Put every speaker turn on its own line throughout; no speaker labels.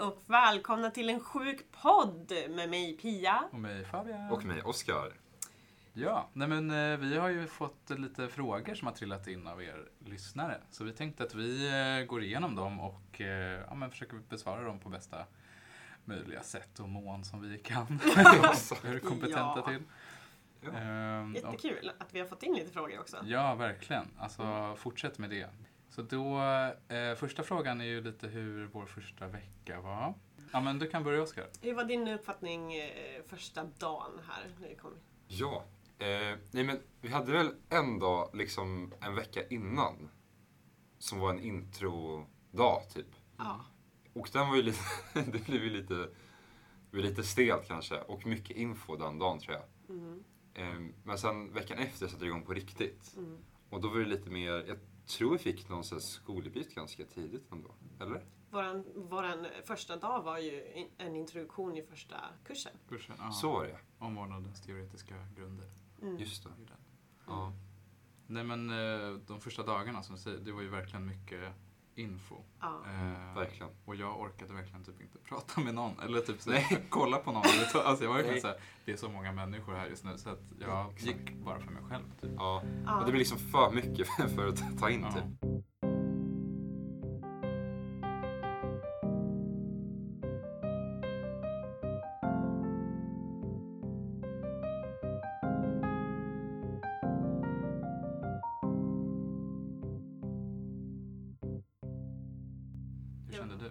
och välkomna till en sjuk podd med mig Pia.
Och mig Fabian.
Och mig, Oskar.
Ja, nej men eh, vi har ju fått lite frågor som har trillat in av er lyssnare. Så vi tänkte att vi eh, går igenom dem och eh, ja, men försöker besvara dem på bästa möjliga sätt och mån som vi kan. Hur kompetenta
Ja.
till.
Alltså, Ja.
Ehm,
Mm,
och-
Jättekul att vi har fått in lite frågor också.
Ja, verkligen. Alltså, fortsätt med det. Så då, eh, första frågan är ju lite hur vår första vecka var. Ja, men du kan börja Oskar.
Hur var din uppfattning eh, första dagen här? När vi kom?
Ja. Eh, nej men vi hade väl en dag, liksom en vecka innan. Som var en introdag typ.
Ja.
Och den var ju lite, det blev ju lite, det blev lite stelt kanske. Och mycket info den dagen tror jag.
Mm.
Eh, men sen veckan efter satte det igång på riktigt.
Mm.
Och då var det lite mer, jag tror vi fick någon sån här skoluppgift ganska tidigt ändå. Eller?
Våran, våran första dag var ju in- en introduktion i första kursen.
Kursen, ja.
Så var det.
Omvårdnadens teoretiska grunder.
Mm.
Just det.
i den.
Ja.
Nej, men eh, de första dagarna som du säger, det var ju verkligen mycket info.
Ja.
Eh,
Verkligen.
Och jag orkade verkligen typ inte prata med någon. Eller typ så
Nej.
kolla på någon. Eller ta- Alltså, jag var verkligen
Nej.
såhär, det är så många människor här just nu så att jag
Exakt.
gick bara för mig själv. Typ.
Ja.
Ja.
Och det blir liksom för mycket för att ta in
Ja.
typ.
Hur
Ja.
kände du?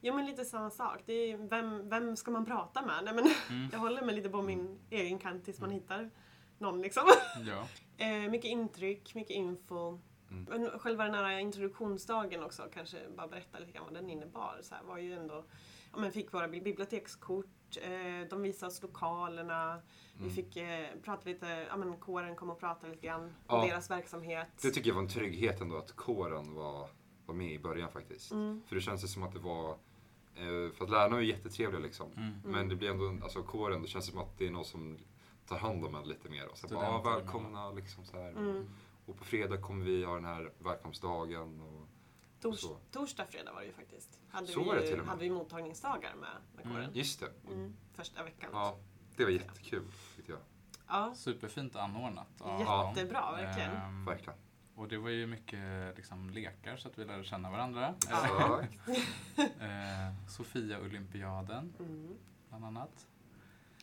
Jo men lite samma sak. Det är, vem, vem ska man prata med? Nej, men
Mm.
jag håller mig lite på
Mm.
min egen kant tills man hittar någon liksom.
Ja.
Eh, mycket intryck, mycket info.
Mm.
Men själva den här introduktionsdagen också, kanske bara berätta lite grann vad den innebar. Så här, var ju ändå, ja, men fick våra bi- bibliotekskort, eh, de visade oss lokalerna, vi
Mm.
fick eh, prata lite, ja men kåren kom och pratade lite grann
Ja.
om deras verksamhet.
Det tycker jag var en trygghet ändå att kåren var, var med i början faktiskt.
Mm.
För det känns det som att det var, eh, för att lärarna är ju jättetrevliga liksom.
Mm.
Men det blir ändå, en- alltså kåren, det känns som att det är någon som tar hand om en lite mer. Och så bara,
Studenter
ah, välkomna liksom så här.
Mm.
Och på fredag kommer vi ha den här välkomstdagen. Och,
Tors,
Så.
torsdag, fredag var det ju faktiskt. Hade,
Så
vi,
var det
ju-
till och med.
hade vi mottagningsdagar med, med
Mm.
kåren.
just det.
Mm. Första veckan.
Ja, det var jättekul tyckte jag.
Ja,
Superfint anordnat. av dem.
jättebra verkligen.
Eh.
Ehm,
Verkligen.
och det var ju mycket liksom, lekar så att vi lärde känna varandra.
Ja.
Exakt.
Eh, Sofia-olympiaden
Mm.
bland annat.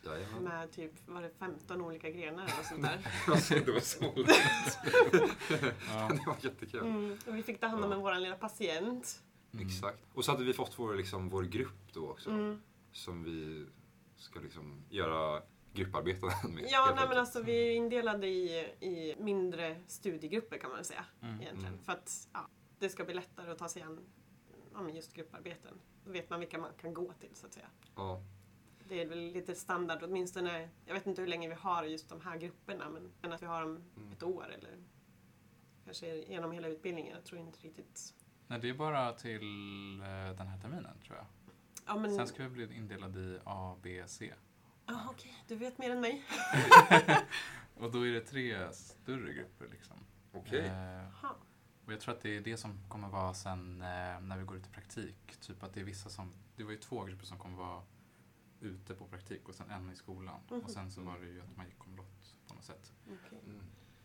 Jajamän.
Med typ, var det 15 olika grenar eller sånt där.
Alltså, det var så lätt.
Ja.
Det var jättekul.
Mm, och vi fick ta hand om
Ja.
en vår lilla patient.
Mm.
Exakt. Och så hade vi fått vår, liksom, vår grupp då också.
Mm.
som vi ska liksom göra grupparbeten med.
Ja,
helt
nej, men
enkelt.
alltså, vi är indelade i, i mindre studiegrupper kan man väl säga.
Mm.
Egentligen.
Mm.
För att ja, det ska bli lättare att ta sig an ja, men just grupparbeten. Då vet man vilka man kan gå till så att säga.
Ja,
Det är väl lite standard åtminstone. Jag vet inte hur länge vi har just de här grupperna men, men att vi har dem
Mm.
ett år eller kanske genom hela utbildningen. Jag tror inte riktigt.
Nej, det är bara till eh, den här terminen tror jag.
Ja, men...
Sen ska vi bli indelade i A, B, C.
ah, okej, du vet mer än mig.
Och då är det tre större grupper liksom.
okej.
Eh,
Aha.
och jag tror att det är det som kommer vara sen eh, när vi går ut i praktik. Typ att det är vissa som, det var ju två grupper som kommer vara ute på praktik och sen en i skolan.
Mhm.
Och sen så var det ju att man gick omlott på något sätt.
Okej.
Mm.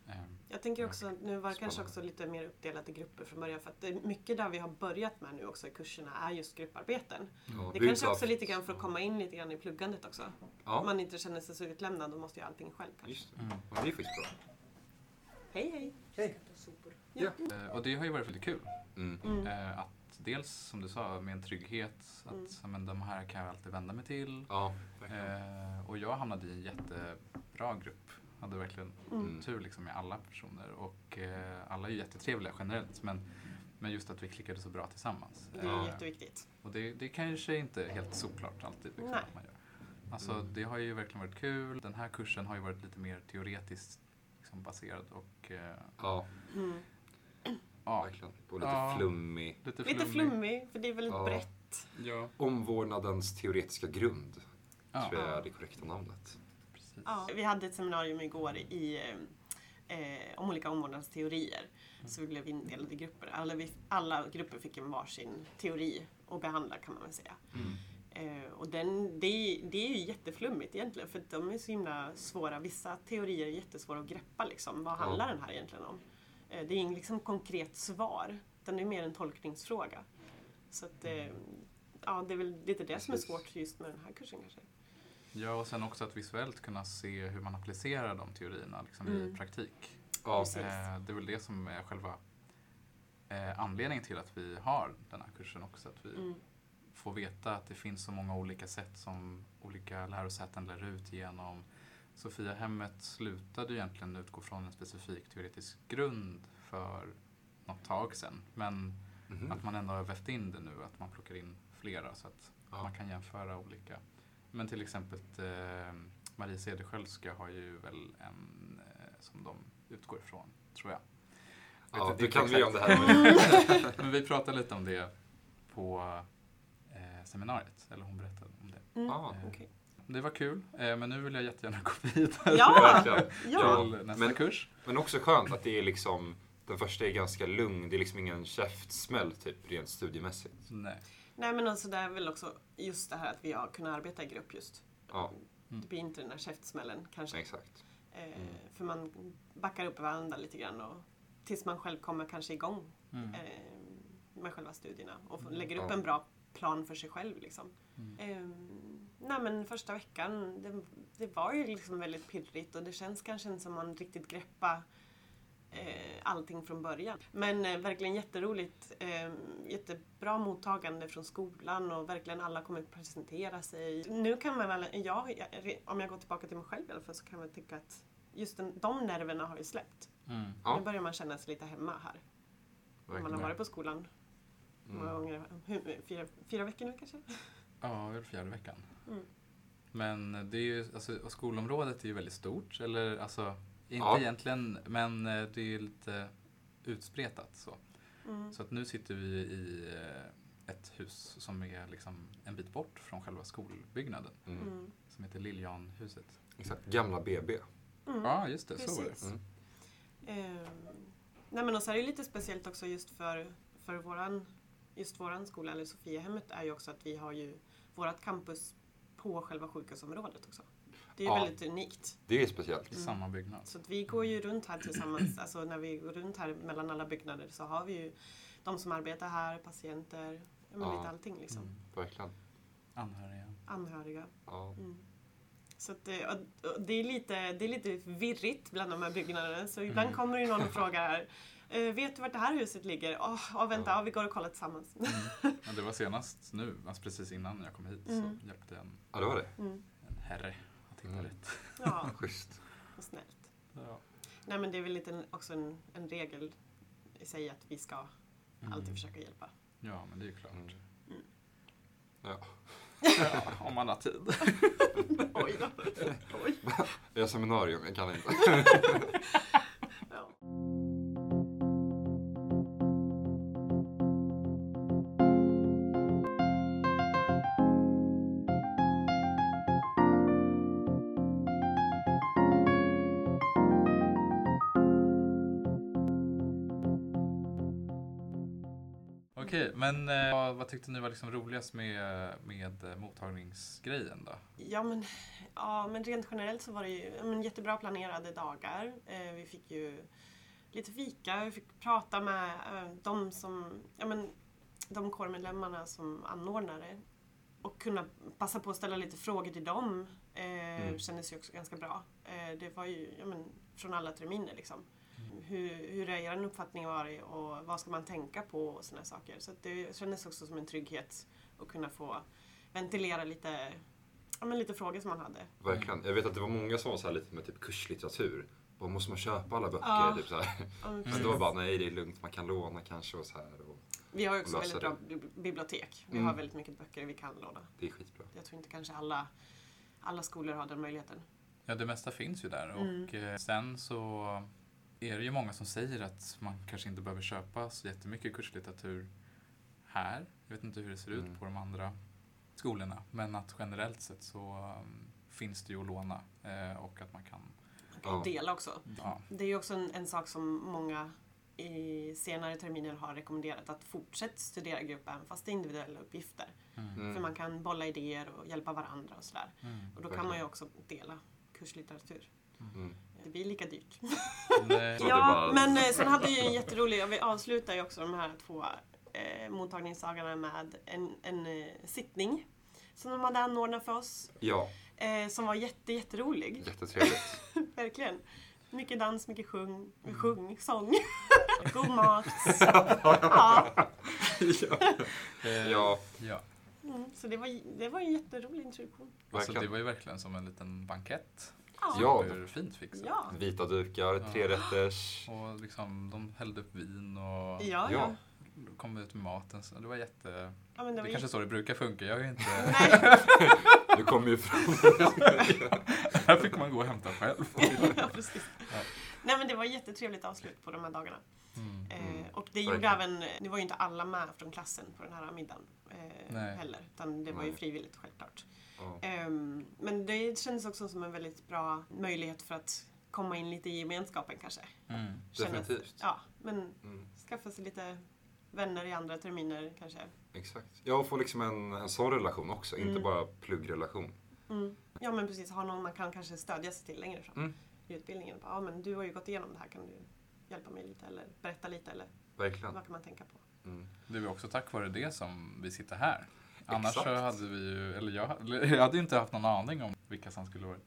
Eh,
Jag tänker också att nu var det kanske
Spännande.
också lite mer uppdelat i grupper från början för att det är mycket där vi har börjat med nu också i kurserna är just grupparbeten.
Ja,
mm.
Det
vi
kanske
har
också är
haft-
lite grann för att komma in lite grann i pluggandet också. Om
Ja,
man inte känner sig så utlämnad då måste ju allting själv kanske.
just det.
mm.
Ja, det är faktiskt bra.
Hej hej!
Eh, Och det har ju varit väldigt kul.
Mm.
Mm.
Eh, att dels, som du sa, med en trygghet. Att
Mm.
så, men, de här kan jag alltid vända mig till.
Ja,
Eh, och jag hamnade i en jättebra grupp. Hade verkligen
Mm.
tur liksom med alla personer. Och eh, alla är ju jättetrevliga generellt. Men, men just att vi klickade så bra tillsammans. Eh,
Det är
Ja.
jätteviktigt.
och det, det kanske inte är helt såklart alltid. Liksom,
Nej.
att man gör. Alltså,
Mm.
Det har ju verkligen varit kul. Den här kursen har ju varit lite mer teoretiskt liksom, baserad. Och, eh,
ja,
Mm.
ja,
verkligen. Och lite
Ja.
flummig.
lite
Lite flummig för det är väldigt
Ja.
brett.
Ja.
Omvårdnadens teoretiska grund,
Ja.
tror jag är det korrekta namnet.
Precis.
Ja. Vi hade ett seminarium igår i eh, eh, om olika omvårdnadsteorier. Så vi blev indelade i grupper. Alla, vi, alla grupper fick en varsin teori att behandla kan man väl säga.
Mm.
Eh, och den, det, är- det är ju jätteflummigt egentligen för att de är så himla svåra. Vissa teorier är jättesvåra att greppa liksom. Vad handlar den här egentligen om? Eh, det är ingen liksom konkret svar. Den är mer en tolkningsfråga. Så att, eh, ja, det är väl lite det som är
Mm. Precis.
svårt just med den här kursen kanske.
Ja, och sen också att visuellt kunna se hur man applicerar de teorierna liksom, i
Mm.
praktik.
Ja,
Precis.
Eh, det är väl det som är själva eh, anledningen till att vi har den här kursen också. Att vi
Mm.
får veta att det finns så många olika sätt som olika lärosäten lär ut genom. Sofia hemmet slutade ju egentligen utgå från en specifik teoretisk grund för något tag sedan. Men
Mhm.
att man ändå har vävt in det nu, att man plockar in flera så att
Ja.
man kan jämföra olika. Men till exempel eh, Marie Cederschiöldska har ju väl en eh, som de utgår ifrån, tror jag. Vet
Ja,
inte
du kan
exakt.
vi om det här.
Men vi pratade lite om det på eh, seminariet, eller hon berättade om det.
Mm.
Ja,
Eh,
Okej.
Det var kul, eh, men nu vill jag jättegärna gå vidare
Ja!
verkligen.
ja.
till nästa
men-
kurs.
Men också skönt att det är liksom, den första är ganska lugn. Det är liksom ingen käftsmäll typ rent studiemässigt.
Nej.
Nej men alltså det är väl också just det här att vi har kunnat arbeta i grupp just.
Ja,
Det blir inte den där käftsmällen kanske.
exakt.
Eh,
Mm.
För man backar upp varandra lite grann och, tills man själv kommer kanske igång
Mm.
eh, med själva studierna och får-
Mm.
lägger upp
Ja.
en bra plan för sig själv. Liksom.
Mm.
Eh, nej men första veckan, det, det var ju liksom väldigt pirrigt och det känns kanske inte som man riktigt greppa eh, allting från början. Men eh, verkligen jätteroligt, eh, jättebra mottagande från skolan och verkligen alla kommer att presentera sig. Nu kan man väl, jag, jag, om jag går tillbaka till mig själv i alla fall så kan man tycka att just den, de nerverna har ju släppt.
Mm.
Ja.
Nu börjar man känna sig lite hemma här. Om man har
Verkligen.
varit på skolan många
Mm.
gånger, hur, fyra, fyra veckor nu kanske?
Ja, väl fjärde veckan.
Mm.
Men det är ju, alltså, och skolområdet är ju väldigt stort, eller alltså, inte
Ja.
egentligen, men eh, det är ju lite utspretat så.
Mm.
Så att nu sitter vi i eh, ett hus som är liksom en bit bort från själva skolbyggnaden,
Mm.
Mm.
som heter Liljanhuset.
Exakt. Gamla BB.
Mm.
Ja, just det, så var det.
Precis.
Mm.
Ehm, nej men och så är det ju lite speciellt också just för, för våran, just våran skola, eller Sofiahemmet, är ju också att vi har ju vårat campus på själva sjukhusområdet också. Det är ju
Ja.
väldigt unikt.
Det är speciellt.
Mm.
I samma byggnad.
Så att vi går ju runt här tillsammans, alltså när vi går runt här mellan alla byggnader så har vi ju de som arbetar här, patienter, ja, men
Ja.
lite allting liksom.
Mm.
Verkligen.
Anhöriga.
Anhöriga.
Ja.
Mm. Så att det, och- och det, är lite, det är lite virrigt bland de här byggnaderna. Så ibland
Mm.
kommer det någon och frågar här. "Eh, Vet du vart det här huset ligger? Åh, åh, vänta,
Ja.
ja, vi går och kollar tillsammans.
Ja, Mm. det var senast nu, alltså precis innan jag kom hit,
Mm.
så hjälpte en,
ja, det var det.
Mm.
en herre att hitta
Mm.
rätt.
Ja,
Schysst.
vad snällt.
Ja.
Nej men det är väl lite en, också en, en regel i sig att vi ska
Mm.
alltid försöka hjälpa.
Ja, men det är ju klart.
Mm.
Ja, om man har tid.
Oj då. Oj.
Jag har seminarium, jag kan inte.
Ja.
Okej, men eh, vad, vad tyckte ni var liksom roligast med, med eh, mottagningsgrejen då?
Ja men, ja men rent generellt så var det ju ja, men jättebra planerade dagar. Eh, vi fick ju lite fika, vi fick prata med eh, de som, ja men de kårmedlemmarna som anordnare och kunna passa på att ställa lite frågor till dem eh,
Mm.
kändes ju också ganska bra. Eh, det var ju ja, men, från alla terminer liksom. Hur, hur har er uppfattning varit och vad ska man tänka på och sådana saker. Så att det kändes också som en trygghet att kunna få ventilera lite, ja, men lite frågor som man hade.
Verkligen. Jag vet att det var många som var så här lite med typ kurslitteratur. Bara, måste man köpa alla böcker?
Ja. Mm.
Typ så här.
Ja, men
Men
precis.
det var bara, nej det är lugnt, man kan låna kanske och så här. Och
Vi har ju också
och
väldigt
lösa
bra bi- bibliotek. Vi
Mm.
har väldigt mycket böcker vi kan låna.
det är skitbra.
Jag tror inte kanske alla, alla skolor har den möjligheten.
Ja, det mesta finns ju där
Mm.
och eh, sen så är det ju många som säger att man kanske inte behöver köpa så jättemycket kurslitteratur här. Jag vet inte hur det ser ut
Mm.
på de andra mm, skolorna, men att generellt sett så eh, finns det ju att låna eh, och att man kan
och
Ja.
dela också.
Ja.
Det är ju också en, en sak som många i senare terminer har rekommenderat att fortsätt studera grupp även fast det är individuella uppgifter.
Mm.
Mm.
För man kan bolla idéer och hjälpa varandra och sådär. Och då kan man ju också dela kurslitteratur.
Mm.
Det blir lika dyrt.
Nej.
Så att det
Ja,
bara-
men eh, sen hade jag ju en jätterolig, jag vill- avslutar ju också de här två eh, mottagningsdagarna med en, en eh, sittning som de hade anordnat för oss.
Ja,
Eh, som var jätte, jätterolig,
jättetrevligt.
verkligen. Mycket dans, mycket sjung, sjung sång, god mat. Ja,
Eh,
Ja,
ja.
mm, så det var, det var en jätterolig introduktion.
Alltså, det
verkligen.
var ju verkligen som en liten bankett.
Ja.
Hur fint fixat.
Ja.
Vita dukar, trerätters.
Och liksom, de hällde upp vin
Ja,
och
ja.
Ja.
kom ut med maten. Så det var jätte...
ja men det
Det
var
kanske är
jätte...
så det brukar funka. Jag är ju inte...
Du kommer ju från...
Här fick man gå och hämta själv.
ja, precis. Nej men det var ett jättetrevligt avslut på de här dagarna.
Mm.
Eh,
Mm.
och det gjorde
Verkligen.
även, nu var ju inte alla med från klassen på den här middagen eh,
Nej.
heller, utan det var ju
Nej.
frivilligt självklart.
Ja.
Ehm, men det kändes också som en väldigt bra möjlighet för att komma in lite i gemenskapen kanske.
Mm.
Känna-
Definitivt.
Ja, men
Mm,
skaffa sig lite vänner i andra terminer kanske.
exakt. Ja, och få liksom en, en sån relation också, inte
Mm.
bara pluggrelation.
Mm. Ja men precis, ha någon man kan kanske stödja sig till längre fram
Mm.
i utbildningen. Bara, Ja men du har ju gått igenom det här, kan du hjälpa mig lite eller berätta lite eller
Verkligen.
vad kan man tänka på?
Mm.
Det var också tack vare det som vi sitter här. Annars så
Exakt.
hade vi ju, eller jag, eller jag hade ju inte haft någon aning om vilka som skulle varit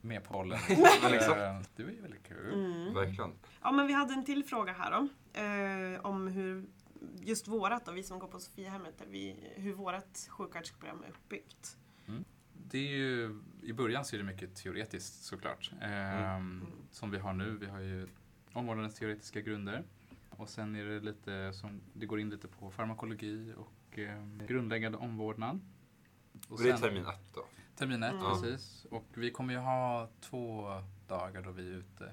med på rollen.
Men exakt.
Eh, Det var ju väldigt kul.
Mm. Verkligen.
Ja, men vi hade en till fråga här då. Eh, om hur just vårat då, vi som går på Sofiahemmet, där vi, hur vårat sjuksköterskeprogram är uppbyggt.
Det är ju, I början så är det mycket teoretiskt såklart.
Mm.
Ehm, Som vi har nu. Vi har ju omvårdnadens teoretiska grunder. Och sen är det lite som, det går in lite på farmakologi och ehm, grundläggande omvårdnad.
Och det är
sen-
termin ett då.
Termin ett,
Mm.
precis. Och vi kommer ju ha två dagar då vi är ute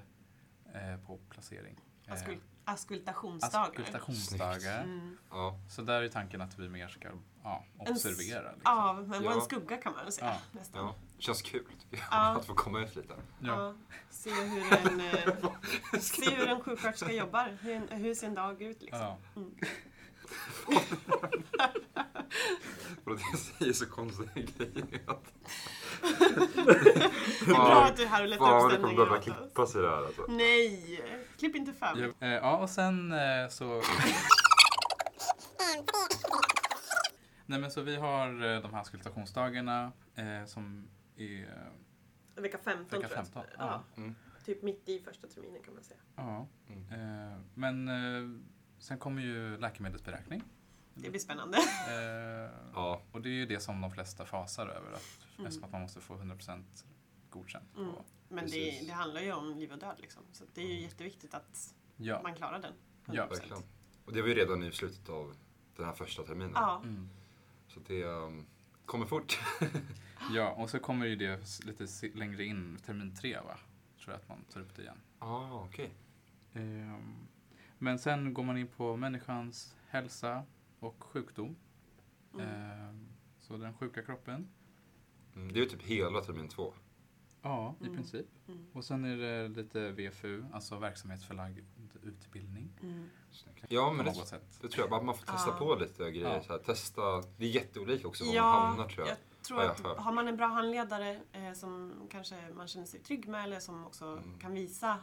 eh, på placering. Eh,
Askul askultationsdagar.
Auskultationsdagar.
Mm.
Ja.
Så där är tanken att vi mer ska ja,
s-
observera. Liksom.
Ja, men
Ja.
vara en skugga kan man väl säga. Nästan.
ja. Känns kul tycker jag,
Ja.
att få komma ut lite.
Ja.
Ja, se hur en, eh, se hur en sjuksköterska jobbar. Hur, en, hur ser en dag ut liksom?
Ja.
Och det säger så konstiga grejer. Att,
Bra att du är här och letar
fan vad
upp
det kommer
stämningen
behöva
åt oss.
klippas i det här alltså.
Nej! Klipp inte fram.
Ja, eh, ja, och sen eh, så... Nej men så vi har eh, de här auskultationsdagarna eh, som är... eh,
Vecka 15
Vecka
tror jag.
15, ja.
Ja.
Mm.
Typ mitt i första terminen kan man säga.
Ja.
Mm.
Eh, men eh, sen kommer ju läkemedelsberäkning.
Det blir spännande.
Eh,
Ja,
Och det är ju det som de flesta fasar över, att
Mm.
eftersom att man måste få 100% godkänt.
Mm.
På.
Men det,
Precis. Mm.
det handlar ju om liv och död liksom. Så det är ju jätteviktigt att
Ja.
man klarar den.
Ja,
100%.
verkligen. Och det var ju redan i slutet av den här första terminen.
Ja.
Mm.
Så det um, kommer fort.
ja, och så kommer ju det s- lite se- längre in, termin tre va? Tror jag att man tar upp det igen.
Ja, Ah, okej.
Ehm, Men sen går man in på människans hälsa och sjukdom.
Mm.
Eh.
Ehm, Så den sjuka kroppen.
Mm, det är ju typ hela termin två.
Ja, i
Mm.
princip.
Mm.
Och sen är det lite VFU, alltså verksamhetsförlagd utbildning.
Mm.
Ja,
På
men det,
något sätt.
det tror jag. Bara man får testa
Ja.
på lite grejer.
Ja.
Så här, testa. Det är jätteolika också var man hamnar
Ja,
tror jag.
jag tror
Ja,
att
ja, ja.
har man en bra handledare eh, som kanske man känner sig trygg med eller som också
Mm.
kan visa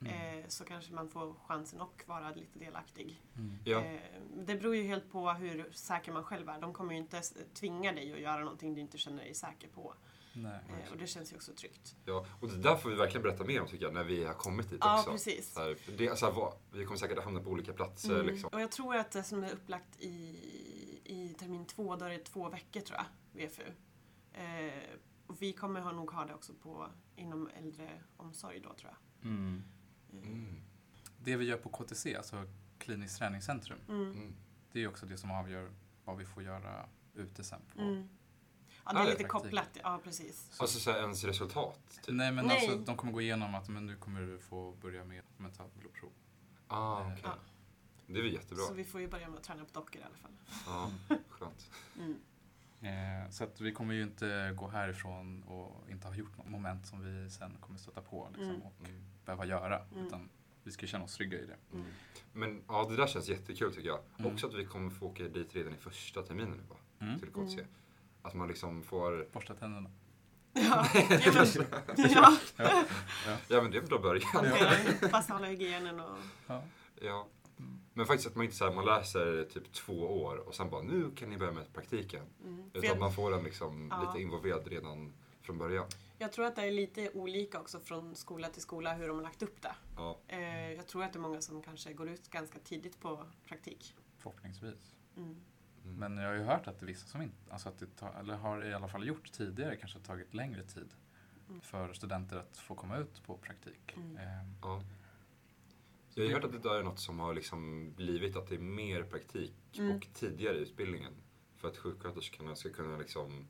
Mm.
eh, så kanske man får chansen och vara lite delaktig.
Mm.
Ja,
Eh, det beror ju helt på hur säker man själv är. De kommer ju inte s- tvinga dig att göra någonting du inte känner dig säker på.
Nej.
Eh, och det känns ju också tryggt.
ja. Och det där får vi verkligen berätta mer om tycker jag, när vi har kommit dit
Ja,
också.
precis.
Så här, för det, så här, vad, vi kommer säkert att hamna på olika platser
Mm.
liksom.
Och jag tror att det som är upplagt i, i termin två, då är det två veckor tror jag, VFU. Eh, och vi kommer ha, nog ha det också på, inom äldreomsorg då tror jag.
Mm.
Mm.
Det vi gör på KTC, alltså kliniskt träningscentrum,
Mm.
Mm.
det är ju också det som avgör vad vi får göra ute sen. På.
Mm. Ja, det
Ja,
är
det är
lite
praktik.
kopplat, ja precis.
Alltså så här, ens resultat. Typ.
Nej, men
Nej.
alltså de kommer gå igenom att men nu kommer du få börja med mentalt blodprov.
Ah,
Eh,
okej. Det är väl jättebra.
Så vi får ju börja med att träna på dockor i alla fall.
Ja, skönt.
Mm.
Eh, så att vi kommer ju inte gå härifrån och inte ha gjort något moment som vi sen kommer stöta på liksom,
Mm.
och behöva göra.
Mm.
Utan vi ska känna oss trygga i det.
Mm.
Men ja, det där känns jättekul tycker jag.
Mm.
Också att vi kommer få åka dit redan i första terminen nu va?
Mm.
Till KTC.
Mm.
Att man liksom får...
Borsta tänderna.
Ja, ja, men, ja.
Ja men det är väl bra början.
hantera- fast hålla hygienen och...
Ja.
Ja.
Mm.
Men faktiskt att man inte så här, man läser typ två år och sen bara nu kan ni börja med praktiken.
Mm. För
Utan
jag,
man får den liksom
Ja.
lite involverad redan från början.
jag tror att det är lite olika också från skola till skola hur de har lagt upp det.
Ja.
Eh,
Mm.
jag tror att det är många som kanske går ut ganska tidigt på praktik.
Förhoppningsvis.
Mm.
Mm.
Men jag har ju hört att det är vissa som inte, alltså att det tar, eller har i alla fall gjort tidigare, kanske tagit längre tid
Mm.
för studenter att få komma ut på praktik.
Mm.
Ehm,
Ja.
så
Jag har
det-
hört att det där är något som har liksom blivit att det är mer praktik
Mm.
och tidigare i utbildningen. För att sjuksköterskorna ska kunna liksom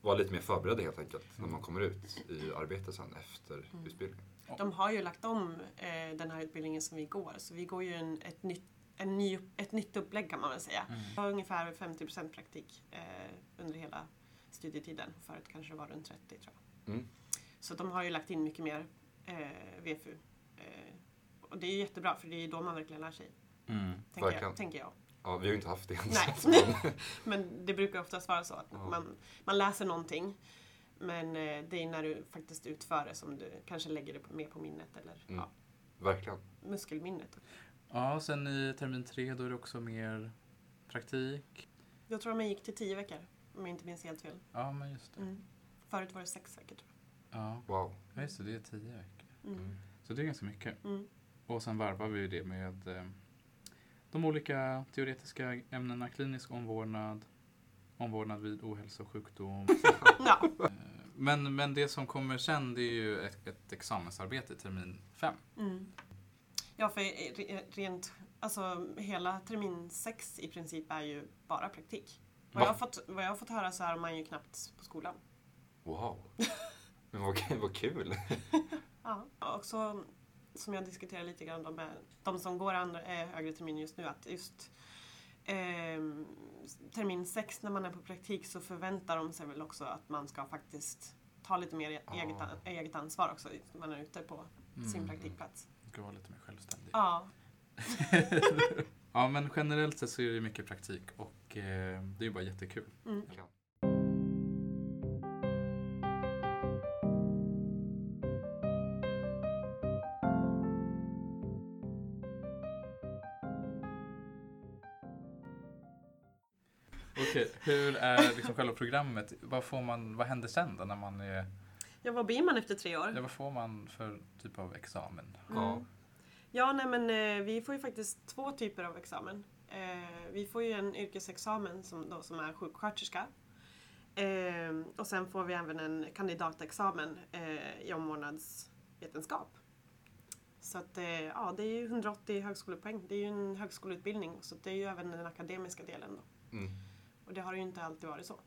vara lite mer förberedda helt enkelt när man kommer ut i arbete sen efter
Mm.
utbildningen.
De har ju lagt om eh, den här utbildningen som vi går, så vi går ju en, ett, nytt, en ny, ett nytt upplägg kan man väl säga.
Mm.
Vi har ungefär 50 praktik eh, under hela studietiden. Förut kanske det var runt 30 tror jag.
Mm.
Så de har ju lagt in mycket mer eh, VFU. Eh, och det är ju jättebra, för det är ju då man verkligen lär sig,
Mm.
tänker jag.
Verkligen.
Tänker jag.
Ja, vi har ju inte haft det än.
Nej. men det brukar oftast vara så att
Ja.
man, man läser någonting men eh, det är när du faktiskt utför det som du kanske lägger det på- mer på minnet eller
Mm.
ja,
Verkligen.
muskelminnet.
Ja, sen i termin tre då är det också mer praktik.
Jag tror att man gick till tio veckor om jag inte minns helt fel.
Ja, men just det.
Mm. Förut var det sex veckor tror
Ja,
Wow.
ja, just det, det är tio veckor.
jag. Mm.
Mm.
Så det är ganska mycket.
Mm.
Och sen varvar vi ju det med eh, de olika teoretiska ämnena klinisk omvårdnad, omvårdnad vid ohälsa och sjukdom.
Ja.
Eh, men, men det som kommer sen det är ju ett, ett examensarbete i termin fem.
Mm. ja, för eh, re- rent, alltså hela termin sex i princip är ju bara praktik. Vad
Va?
jag, har fått, vad jag har fått höra så är man ju knappt på skolan.
Wow. Men vad, vad kul.
Ja, och så som jag diskuterar lite grann då med de som går andra, eh, högre termin just nu att just ehm, termin sex när man är på praktik så förväntar de sig väl också att man ska faktiskt ta lite mer e-
Ja.
eget, an- eget ansvar också när man är ute på sin praktikplats.
Mm. Ska vara lite mer självständig.
Ja,
Ja, men generellt sett så är det mycket praktik och eh, det är ju bara jättekul.
mm,
Okej, hur är liksom själva programmet? Vad, får man, vad händer sen då när man är...
ja vad blir man efter tre
Ja,
år?
vad får man för typ av examen?
Ja.
Mm. Ja, nej men eh, vi får ju faktiskt två typer av examen. Eh, vi får ju en yrkesexamen som, då, som är sjuksköterska. Eh, och sen får vi även en kandidatexamen eh, i omvårdnadsvetenskap. Så att, eh, ja, det är ju 180 högskolepoäng. Det är ju en högskoleutbildning så det är ju även den akademiska delen. Då.
Mm.
Och det har ju inte alltid varit så.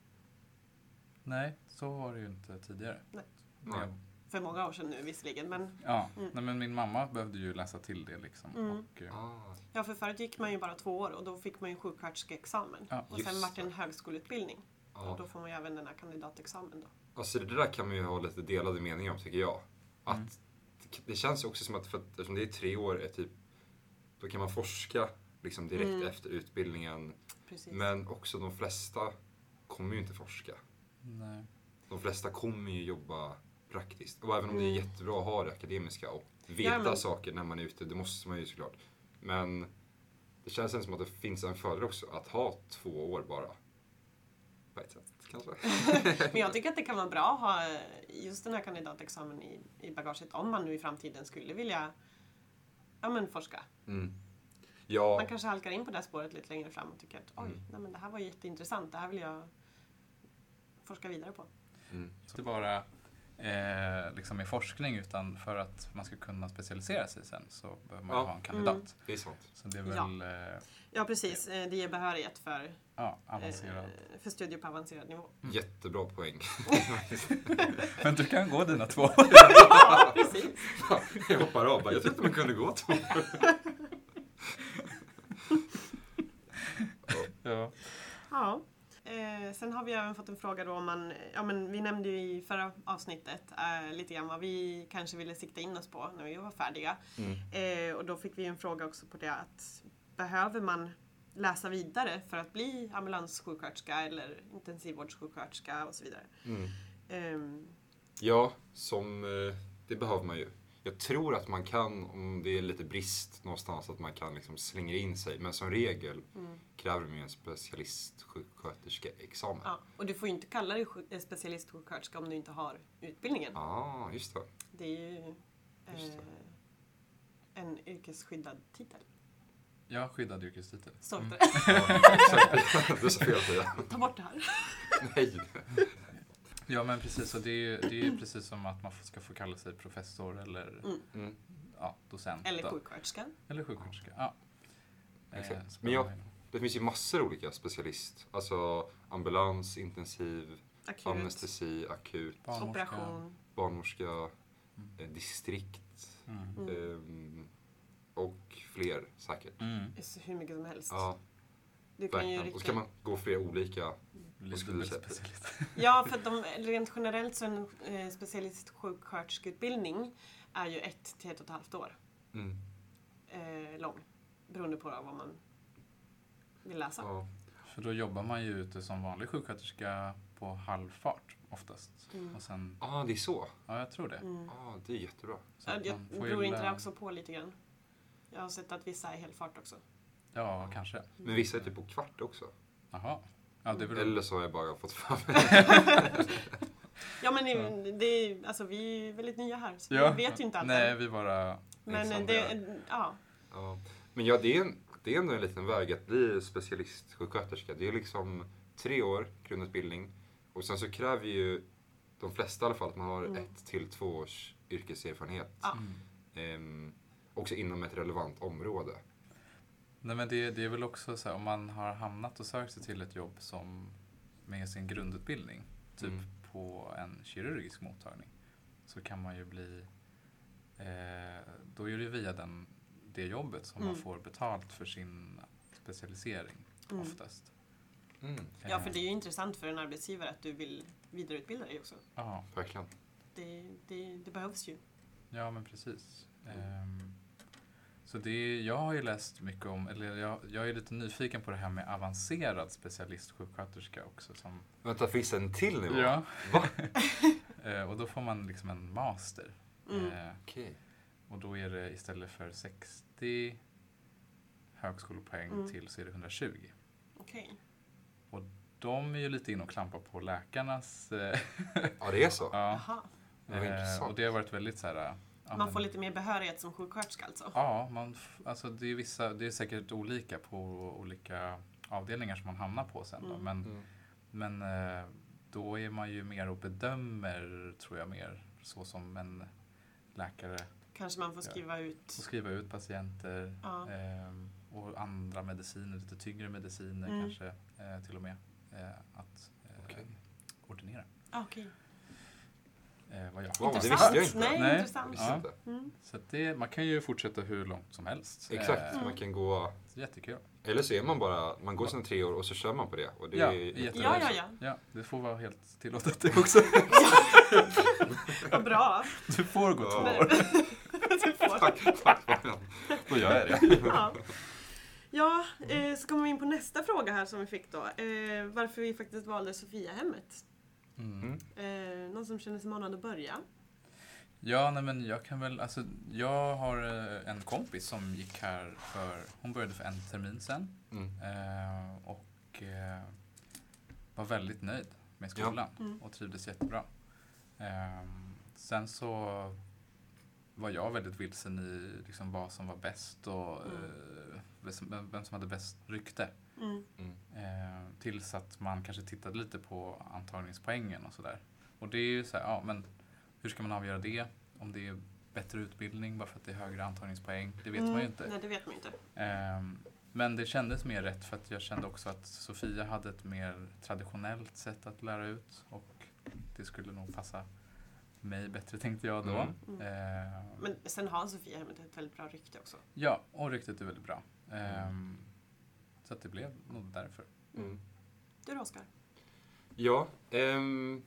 Nej, så var det ju inte tidigare.
Nej.
Ja,
För många år sedan nu visserligen. Men
ja.
Mm.
Nej, men min mamma behövde ju läsa till det liksom.
Mm.
Och, eh,
Ah,
ja, för förut gick man ju bara två år och då fick man ju sjuksköterskeexamen.
Ja.
och sen
Just
vart det en högskoleutbildning. Och
ja.
då får man ju även den här kandidatexamen då.
Alltså det där kan man ju ha lite delade meningar om tycker jag. Att
Mm.
det- Det känns ju också som att, för att eftersom det är tre år, är typ, då kan man forska liksom direkt
Mm.
efter utbildningen.
Precis.
Men också de flesta kommer ju inte forska.
nej.
De flesta kommer ju jobba praktiskt. Och även om det är
Mm.
jättebra att ha det akademiska och veta
Ja, men-
saker när man är ute, det måste man ju såklart. Men det känns ändå som att det finns en fördel också, att ha två år bara. På ett sätt kanske.
Men jag tycker att det kan vara bra att ha eh, just den här kandidatexamen i, i bagaget om man nu i framtiden skulle vilja ja, men forska.
Mm. Ja,
Man kanske halkar in på det här spåret lite längre fram och tycker att oj,
Mm.
nej, men det här var jätteintressant, det här vill jag forska vidare på.
mm.
Inte bara eh, liksom i forskning utan för att man ska kunna specialisera sig sen så behöver man ju
Ja.
ha en kandidat.
Mm.
det är sant.
Så det är väl ja.
Ja precis, eh, det ger behörighet för, eh,
Ja, avancerad.
för studier på avancerad nivå.
Mm. Jättebra poäng.
Men du kan gå dina två.
ja, precis.
Jag hoppar av bara, jag trodde man kunde gå två.
ja.
Ja. Eh, Eh, sen har vi även fått en fråga då om man, ja men vi nämnde ju i förra avsnittet eh, lite grann vad vi kanske ville sikta in oss på när vi var färdiga.
Mm.
Eh, och då fick vi en fråga också på det att behöver man läsa vidare för att bli ambulanssjuksköterska eller intensivvårdssjuksköterska och så vidare.
Mm.
Ehm,
Ja, som, eh, det behöver man ju. Jag tror att man kan, om det är lite brist någonstans, att man kan liksom slänga in sig. Men som regel
Mm.
kräver man ju en specialistsjuksköterskeexamen.
ja. Och du får ju inte kalla dig sjuk- eh, specialistsjuksköterska om du inte har utbildningen.
Ah, just det.
Det är ju
Just det.
eh, en yrkesskyddad titel.
Ja, skyddad yrkestitel.
Så
Mm.
heter
Ja, exakt. Du sa fel Pia.
det. Ta bort det här.
Nej.
Ja, men precis. Och det är ju det är
Mm.
ju precis som att man ska få kalla sig professor eller
Mm.
ja, docent.
Eller
då.
sjuksköterska.
eller sjuksköterska. Ja. Eh,
Exakt.
så
Men jag-
man-
Det finns ju massor olika specialist. Alltså ambulans, intensiv,
Akut.
anestesi, akut,
barnmorska.
Operation.
barnmorska,
Mm.
eh, distrikt
Mm.
Mm.
ehm, och fler säkert.
Mm.
Det är så Hur mycket som helst.
Ja,
du kan ju
verkligen. Och så kan
rikta...
man gå flera olika.
Lite
skulle du
mer
säga?
specialist.
Ja, för att de, rent generellt så en eh, specialistsjuksköterskeutbildning är ju ett till ett och ett halvt år
Mm.
eh, lång. Beroende på vad man vill läsa.
Ja.
För då jobbar man ju ute som vanlig sjuksköterska på halvfart oftast.
Mm.
Och sen,
Ah, det är så.
ja, jag tror det.
Mm.
Ah, det är jättebra.
Så
Ja,
att
Jag
man får ju
beror inte
lön-
det också på lite grann? Jag har sett att vissa är helfart också.
Ja, kanske.
Men vissa är typ på kvart också.
Jaha. Ja, det beror...
Eller så har jag bara fått för mig.
Ja men det, det, är- alltså, vi är väldigt nya här så
Ja.
vi vet ju inte allt.
Nej,
än.
vi bara...
men eh,
exakt.
det, ja.
Ja. Men ja, det är, en, det är ändå en liten väg att bli specialistsjuksköterska. Det är liksom tre år grundutbildning och sen så kräver ju de flesta i alla fall att man har
Mm.
ett till två års yrkeserfarenhet.
Ja.
Mm.
Ehm, också inom ett relevant område.
Nej, men det, det är väl också så här, om man har hamnat och sökt sig till ett jobb som med sin grundutbildning, typ
Mm.
på en kirurgisk mottagning, så kan man ju bli... Eh, då är det via den, det jobbet som man
Mm.
får betalt för sin specialisering
Mm.
oftast.
Mm,
ja, för det är ju intressant för en arbetsgivare att du vill vidareutbilda dig också.
Ja,
verkligen.
Det, det, det behövs ju.
ja men precis.
Mm.
Ehm, så det är, jag har ju läst mycket om, eller jag, jag är lite nyfiken på det här med avancerad specialistsjuksköterska också. Som,
Vänta, finns det en till nivå?
ja.
Va?
Eh, och då får man liksom en master.
Mm.
Eh,
Okej.
och då är det istället för 60 högskolepoäng
Mm.
till så är det 120.
Okej.
De är ju lite inne och klampar på läkarnas... Eh,
Ja, det är så.
ja, eh,
Jaha.
Vad intressant.
och det har varit väldigt så här... ja,
Man
men-
får lite mer behörighet som sjuksköterska alltså.
Ja, man, f- alltså det, är vissa, det är säkert olika på olika avdelningar som man hamnar på sen. Då,
Mm.
men
Mm.
Men eh, då är man ju mer och bedömer, tror jag, mer så som en läkare.
Kanske man får skriva ut.
Och skriva ut patienter
Ja.
ehm, och andra mediciner, lite tyngre mediciner
Mm.
kanske eh, till och med. eh, Att eh,
Okej.
ordinera.
Ah, okej.
eh, Vad jag
Wow, det
har.
visste
intressant.
jag inte.
Nej,
Nej.
intressant.
Visste
Ja.
inte.
Mm.
Så att det, man kan ju fortsätta hur långt som helst.
Exakt,
Eh,
man kan gå...
Jättekul.
Eller så är man bara... Man går sina tre år och så kör man på det. Och det
Ja,
är
jättebra.
Ja, ja, ja.
Ja, det får vara helt tillåtet det också.
Vad bra.
Du får gå
Ja.
två
Nej.
år.
Du får.
Tack, tack.
Då gör jag det.
Ja, ja eh, så kommer vi in på nästa fråga här som vi fick då. Eh, varför vi faktiskt valde Sofiahemmet.
Mm.
Eh, någon som känner sig manad att börja?
Ja, nej men jag kan väl, alltså jag har eh, en kompis som gick här för, hon började för en termin sen
Mm.
eh, och eh, var väldigt nöjd med skolan
Mm.
och trivdes jättebra. Eh, sen så var jag väldigt vilsen i liksom vad som var bäst och
Mm.
eh, vem som- vem, vem som hade bäst rykte.
Mm.
Mm.
Eh, tills att man kanske tittade lite på antagningspoängen och sådär. Och det är ju så här, ja men hur ska man avgöra det? Om det är bättre utbildning bara för att det är högre antagningspoäng? Det vet man ju
Mm.
inte.
Nej, det vet man ju inte.
Ehm, men det kändes mer rätt för att jag kände också att Sofia hade ett mer traditionellt sätt att lära ut och det skulle nog passa mig bättre tänkte jag då.
Mm.
Mm.
Ehm,
Men sen har Sofiahemmet ett väldigt bra rykte också.
ja, och ryktet är väldigt bra. Ehm, Så att det blev nog därför.
Mm.
Du då Oskar?
Ja, ehm,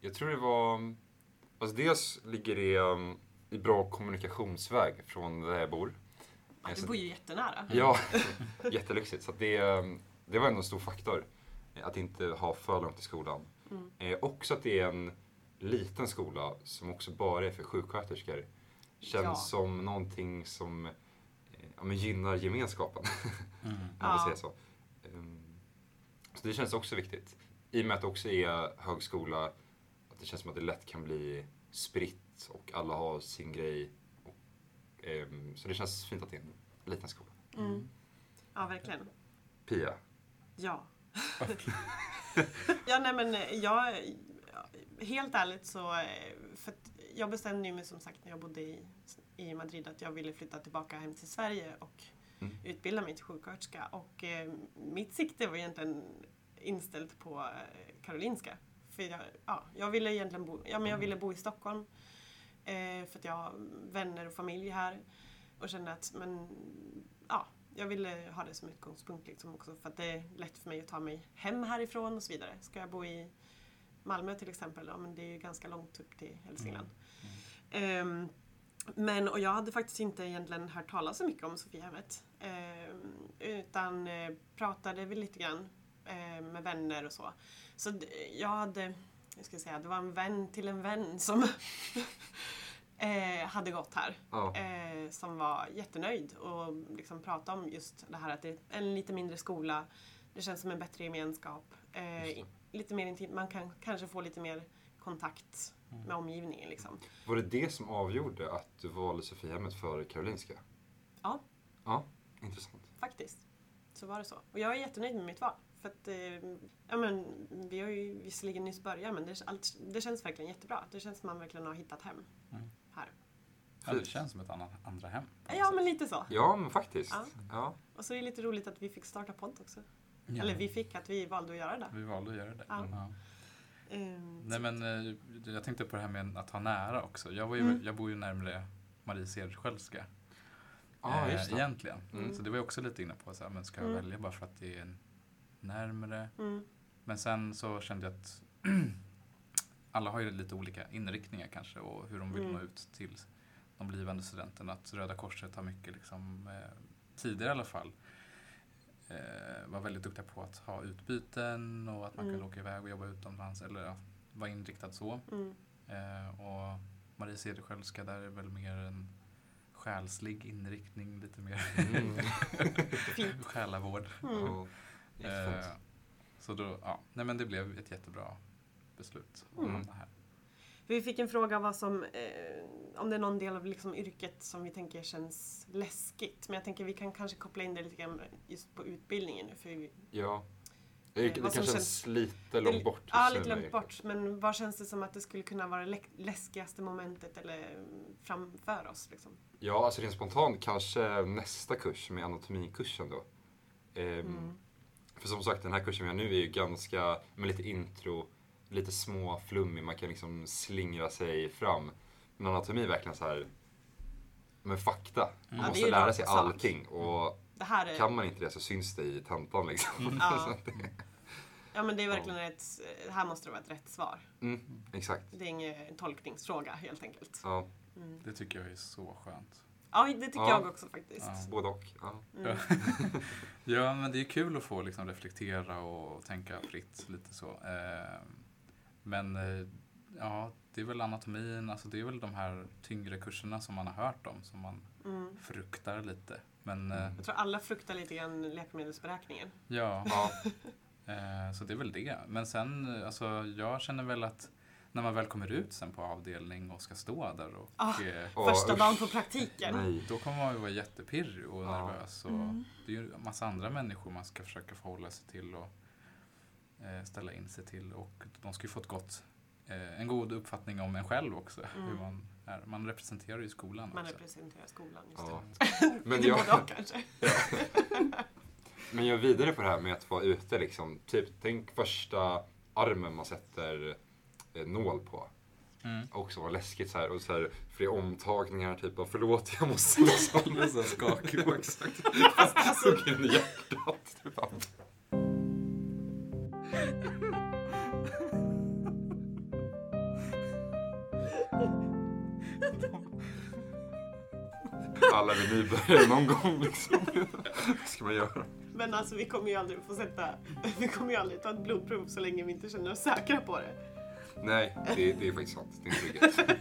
jag tror det var... Alltså dels ligger det ehm, i bra kommunikationsväg från där jag bor.
Ja,
Alltså,
du bor ju jättenära.
Ja, jättelyxigt. Så att det, ehm, det var ändå en stor faktor. eh, Att inte ha för långt till skolan.
Mm.
Eh, också att det är en liten skola som också bara är för sjuksköterskor. Känns
Ja.
som någonting som eh, ja, men gynnar gemenskapen.
Mm.
Om man
Ja.
säger så. Ehm, Så det känns också viktigt. I och med att det också är högskola, att det känns som att det lätt kan bli spritt och alla har sin grej. Och, ehm, så det känns fint att det är en liten skola.
Mm. Ja, verkligen.
Pia,
Ja. ja, nej men eh, jag... Helt ärligt så... eh, För att jag bestämde ju mig som sagt när jag bodde i, i Madrid att jag ville flytta tillbaka hem till Sverige och
Mm.
utbilda mig till sjuksköterska. Och eh, mitt sikte var egentligen inställt på eh, Karolinska. För jag, ja, jag, ville egentligen bo, ja, men jag ville bo i Stockholm eh, för att jag har vänner och familj här. Och kände att men, ja, jag ville ha det som utgångspunkt liksom också för att det är lätt för mig att ta mig hem härifrån och så vidare. Ska jag bo i Malmö till exempel, ja men det är ju ganska långt upp till Hälsingland. Ehm, men, och jag hade faktiskt inte egentligen hört talas så mycket om Sofiahemmet. Ehm, utan eh, pratade väl lite grann eh, med vänner och så. Så d- jag hade, jag ska säga, det var en vän till en vän som eh, hade gått här
ja,
eh, som var jättenöjd och liksom pratade om just det här att det är en lite mindre skola, det känns som en bättre gemenskap.
Just
Eh, lite mer intim, man kan kanske få lite mer kontakt med omgivningen liksom.
var det det som avgjorde att du valde Sofiahemmet före Karolinska?
Ja.
Ja, intressant.
Faktiskt. Så var det så. Och jag är jättenöjd med mitt val. För att, eh, ja men, vi har ju visserligen nyss börjat men det, allt, det känns verkligen jättebra. Det känns som man verkligen har hittat hem.
Mm.
Här.
Ja, det känns som ett annat, andra hem. på något
Ja
sätt.
men lite så.
Ja, men faktiskt.
Ja.
Ja.
Och så är det lite roligt att vi fick starta podd också.
Ja.
Eller vi fick, att vi valde att göra det.
Vi valde att göra det.
Ja.
Ja.
Ehm,
Nej, men, eh, jag tänkte på det här med att ha nära också. Jag, var ju,
Mm.
jag bor ju närmare Marie Cederskiöldska
Ja,
eh,
just det.
egentligen.
Mm.
Så det var jag också lite inne på, så här, men ska jag
Mm.
välja bara för att det är närmare?
Mm,
Men sen så kände jag att alla har ju lite olika inriktningar kanske och hur de vill
Mm.
nå ut till de blivande studenterna. Att Röda Korset har mycket, liksom, eh, tidigare i alla fall, eh, var väldigt duktiga på att ha utbyten och att man
Mm.
kunde åka iväg och jobba utomlands eller ja, var inriktad så.
mm,
Eh, och Marie Cederskiöldska där är väl mer en själslig inriktning, lite mer
Mm.
Fint.
själavård.
Mm.
Ja,
Eh,
jättefint.
så då, ja. Nej men det blev ett jättebra beslut. att
Mm.
hamna här.
Vi fick en fråga vad som, eh, om det är någon del av liksom yrket som vi tänker känns läskigt. Men jag tänker vi kan kanske koppla in det lite grann just på utbildningen nu. För vi,
Ja. Det, det
Eh, vad som
kanske känns
känns-
lite långt bort.
Ja,
just
lite
nu.
långt bort. Men vad känns det som att det skulle kunna vara lä- läskigaste momentet eller mm, framför oss? Liksom?
Ja, alltså rent spontant kanske nästa kurs som är anatomikursen då. Ehm,
Mm.
För som sagt, den här kursen vi har nu är ju ganska, med lite intro, lite små, flummig, man kan liksom slingra sig fram. Men anatomi är verkligen så här, med fakta. Man
Mm. Ja, det är
måste
ju
lära
rakt
sig
på sak.
allting och
Det här är,
kan man inte det så syns det i tentan liksom.
Mm. ja. ja, men det är verkligen ett, eh, här måste det vara ett rätt svar.
Mm, exakt.
Det är ingen en tolkningsfråga helt enkelt.
Ja,
Mm.
Det tycker jag är så skönt.
Ja, det tycker
Ja.
jag också faktiskt.
Ja.
både och. Ja.
Mm.
Ja men det är kul att få liksom, reflektera och tänka fritt lite så. Eh, men eh, ja, det är väl anatomin, alltså det är väl de här tyngre kurserna som man har hört om som man
Mm.
fruktar lite. Men eh,
Mm.
Jag tror alla fruktar lite grann läkemedelsberäkningen.
ja,
ja.
Eh, Så det är väl det. Men sen, eh, alltså, jag känner väl att när man väl kommer ut sen på avdelning och ska stå där och
Ah.
eh,
Åh,
Första
usch.
dagen på praktiken.
Nej.
då kommer man ju vara jättepirrig och
Ja.
nervös. Och
Mm.
Det är ju en massa andra människor man ska försöka förhålla sig till och eh, ställa in sig till. Och de ska ju få ett gott, eh, en god uppfattning om en själv också.
Mm.
Hur man, är. man representerar ju skolan
Man
också.
representerar skolan. Just
Ja.
det.
Men
det är
jag,
både och kanske.
Men jag är vidare på det här med att vara ute liksom. Typ, tänk första armen man sätter eh, nål på.
Mm.
Också var läskigt så här. Och så här, fler omtagningar, typ av förlåt jag måste liksom.
Det är så skakigt också.
Fast, alltså,
Hugger in i hjärtat. Typ. alla är nybörjare någon gång liksom. Vad ska man göra?
Men alltså vi kommer ju aldrig få sätta, vi kommer ju aldrig ta ett blodprov så länge vi inte känner oss säkra på det.
Nej, det, det är faktiskt sant. Det är inte riktigt.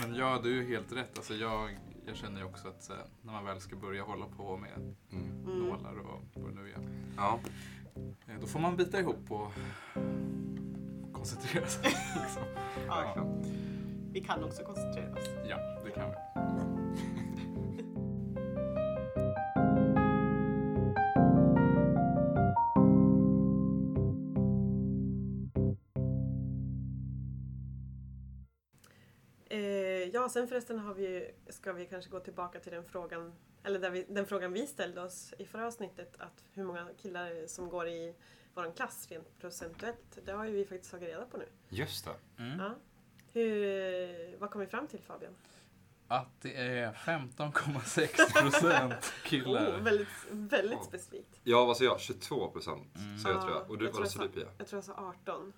Men ja, du är ju helt rätt. Alltså jag, jag känner ju också att eh, när man väl ska börja hålla på med
Mm.
Mm.
nålar och vad det nu är,
Ja.
eh, då får man bita ihop och koncentrera sig. liksom.
Ja, vi kan också koncentrera oss.
Ja, det kan vi.
Eh, ja, sen förresten har vi, ju- ska vi kanske gå tillbaka till den frågan, eller där vi, den frågan vi ställde oss i förra avsnittet, att hur många killar som går i vår klass rent procentuellt. Det har ju vi faktiskt tagit reda på nu.
Just det.
Mm.
Ja. Hur, eh, vad kom vi fram till Fabian?
Att det är 15,6 procent
Oh,
killar.
väldigt väldigt
Ja.
specifikt.
Ja, vad sa jag? 22 procent
Mm.
sa jag tror
Ja,
jag. Och du,
jag tror
vad
jag
sa du Pia?
Jag tror jag sa 18.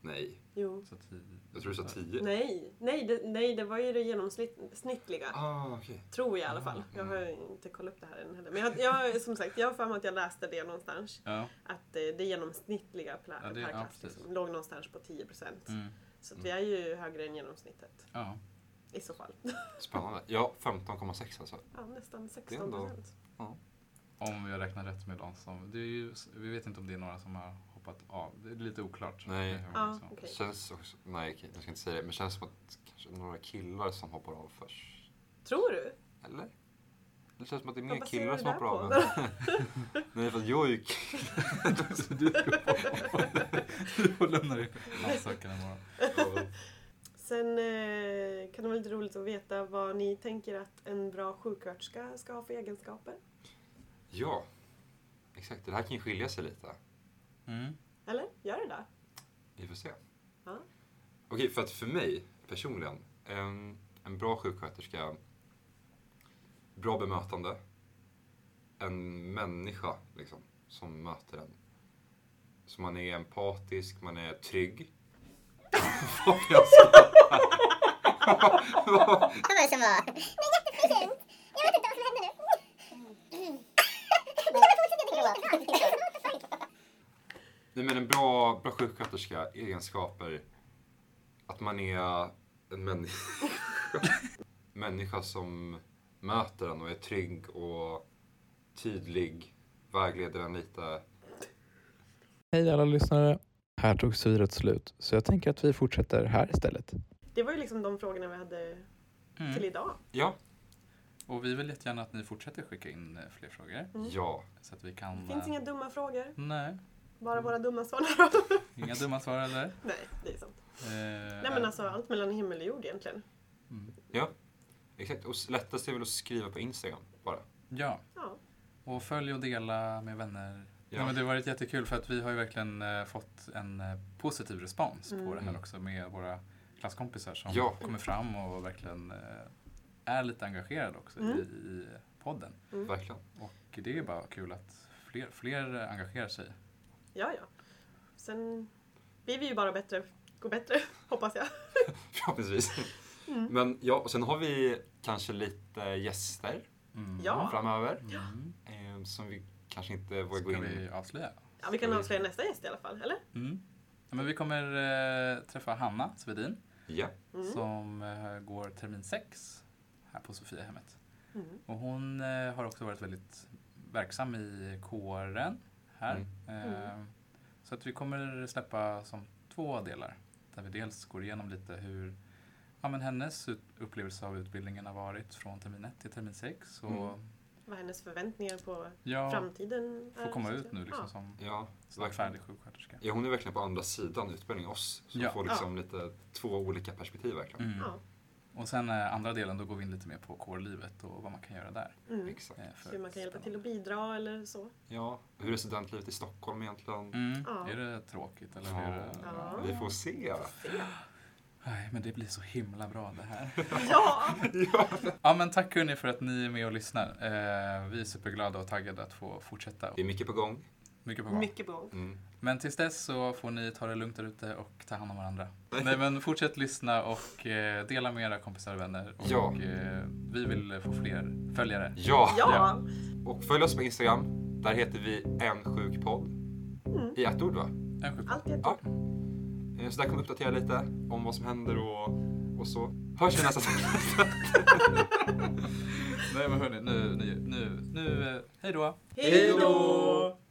Nej,
Jo.
Så att vi-
jag tror du sa 10.
Nej, nej, det, nej, det var ju det genomsnittliga.
Ah, okej.
Tror jag i alla fall. Jag har ju inte kollat upp det här än heller. Men jag, jag, som sagt, jag har för mig att jag läste det någonstans.
Ja.
Att eh, det genomsnittliga per,
Ja, det-
per
ja,
klass
precis.
liksom, låg någonstans på 10 procent.
Mm.
Så att vi är ju högre än genomsnittet.
ja.
I så fall.
Spännande. Ja, 15,6 alltså.
Ja, nästan
Det är
16
ändå-
procent.
Om jag räknar rätt med de som... Det är ju, vi vet inte om det är några som har hoppat av. Det är lite oklart. liksom.
Nej.
Hur många
Ja,
som-
okej.
Känns också, nej okej, jag ska inte säga det, men känns som att kanske några killar som hoppar av först.
Tror du?
Eller? Det känns som att det är
Vad
mer
baserar
killar
du
som
det
hoppar
på?
av. än- nej, för att jag är ju
Så du, du får lämna din ansökan imorgon.
kille.
Sen eh, kan det vara lite roligt att veta vad ni tänker att en bra sjuksköterska ska ha för egenskaper.
Ja, exakt. Det här kan ju skilja sig lite.
Mm.
Eller? Gör det där?
Vi får se.
Ja.
Okej, för att för mig personligen, en, en bra sjuksköterska, bra bemötande, en människa liksom, som möter en. Så man är empatisk, man är trygg. Vad jag sa.
Han var som var... Men jättepresent! Jag vet inte vad som hände nu. Men jag fortsätter dricka.
Nej men en bra, bra sjuksköterska, egenskaper, att man är en människa. människa som möter en och är trygg och tydlig, vägleder en lite.
Hej alla lyssnare! Här tog syret slut, så jag tänker att vi fortsätter här istället.
Det var ju liksom de frågorna vi hade till
Mm.
idag.
Ja,
Och vi vill jättegärna att ni fortsätter skicka in eh, fler frågor.
Mm.
ja.
Så att vi kan...
Det finns
eh,
inga dumma frågor,
Nej,
bara
Mm.
våra dumma svar.
inga dumma svar eller?
Nej, det är sant.
Eh,
Nej men alltså allt mellan himmel och jord egentligen.
mm.
Exakt, och s- lättast är väl att skriva på Instagram bara.
Ja,
Ja,
och följ och dela med vänner.
Ja.
Nej, men det har varit jättekul för att vi har ju verkligen eh, fått en eh, positiv respons på
Mm.
det här också med våra klasskompisar som
Ja.
kommer fram och verkligen eh, är lite engagerade också
Mm.
i, i podden.
Verkligen.
Och det är bara kul att fler, fler eh, engagerar sig.
ja. ja. Sen blir vi ju bara bättre, går bättre, hoppas jag.
Förhoppningsvis.
Mm.
Men ja, och sen har vi kanske lite gäster
Mm.
Ja.
framöver.
Mm.
Eh, som vi kanske inte vågar
Ska
gå in
vi avslöja?
Ja, vi kan avslöja nästa gäst i alla fall, eller?
Mm. Ja, men vi kommer eh, träffa Hanna Svedin
Ja.
Mm.
som eh, går termin 6 här på Sofiahemmet.
Mm.
Och hon eh, har också varit väldigt verksam i kåren
Mm.
här.
Mm.
Eh, Så att vi kommer släppa som två delar. Där vi dels går igenom lite hur ja, men hennes ut- upplevelse av utbildningen har varit från termin 1 till termin 6. Och
Mm.
Vad hennes förväntningar på
jag
framtiden är.
får komma
så att
ut
säga.
nu liksom
Ja.
som
ja.
snart färdig sjuksköterska.
Ja, hon är verkligen på andra sidan utbildningen oss. Så
Ja.
får liksom lite två olika perspektiv verkligen.
Mm.
Ja.
Och sen eh, andra delen, då går vi in lite mer på kårlivet och vad man kan göra där.
Mm.
Exakt.
eh, för
Så hur man kan hjälpa till
spännande.
att bidra eller så.
Ja, hur är studentlivet i Stockholm egentligen?
Mm.
Ja.
Är det tråkigt eller?
Ja.
Är det...
Ja.
Vi får se.
Nej, men det blir så himla bra det här.
Ja!
ja, men tack hörni för att ni är med och lyssnar. Eh, vi är superglada och taggade att få fortsätta.
Det är mycket på gång.
Mycket på gång.
Mycket på gång.
Mm.
Men tills dess så får ni ta det lugnt där ute och ta hand om varandra. Nej men fortsätt lyssna och eh, dela med era kompisar och vänner. Och,
Ja.
eh, vi vill få fler följare.
Ja!
Ja!
Och följ oss på Instagram. Där heter vi en sjuk podd.
Mm.
I ett ord va?
En sjuk-
Allt är
Ja. Eh, Så där kommer vi uppdatera lite om vad som händer och, och så. Hörs vi nästa vecka.
Nej men hörni, nu, nu, nu, nu, eh, hej då!
Hej då!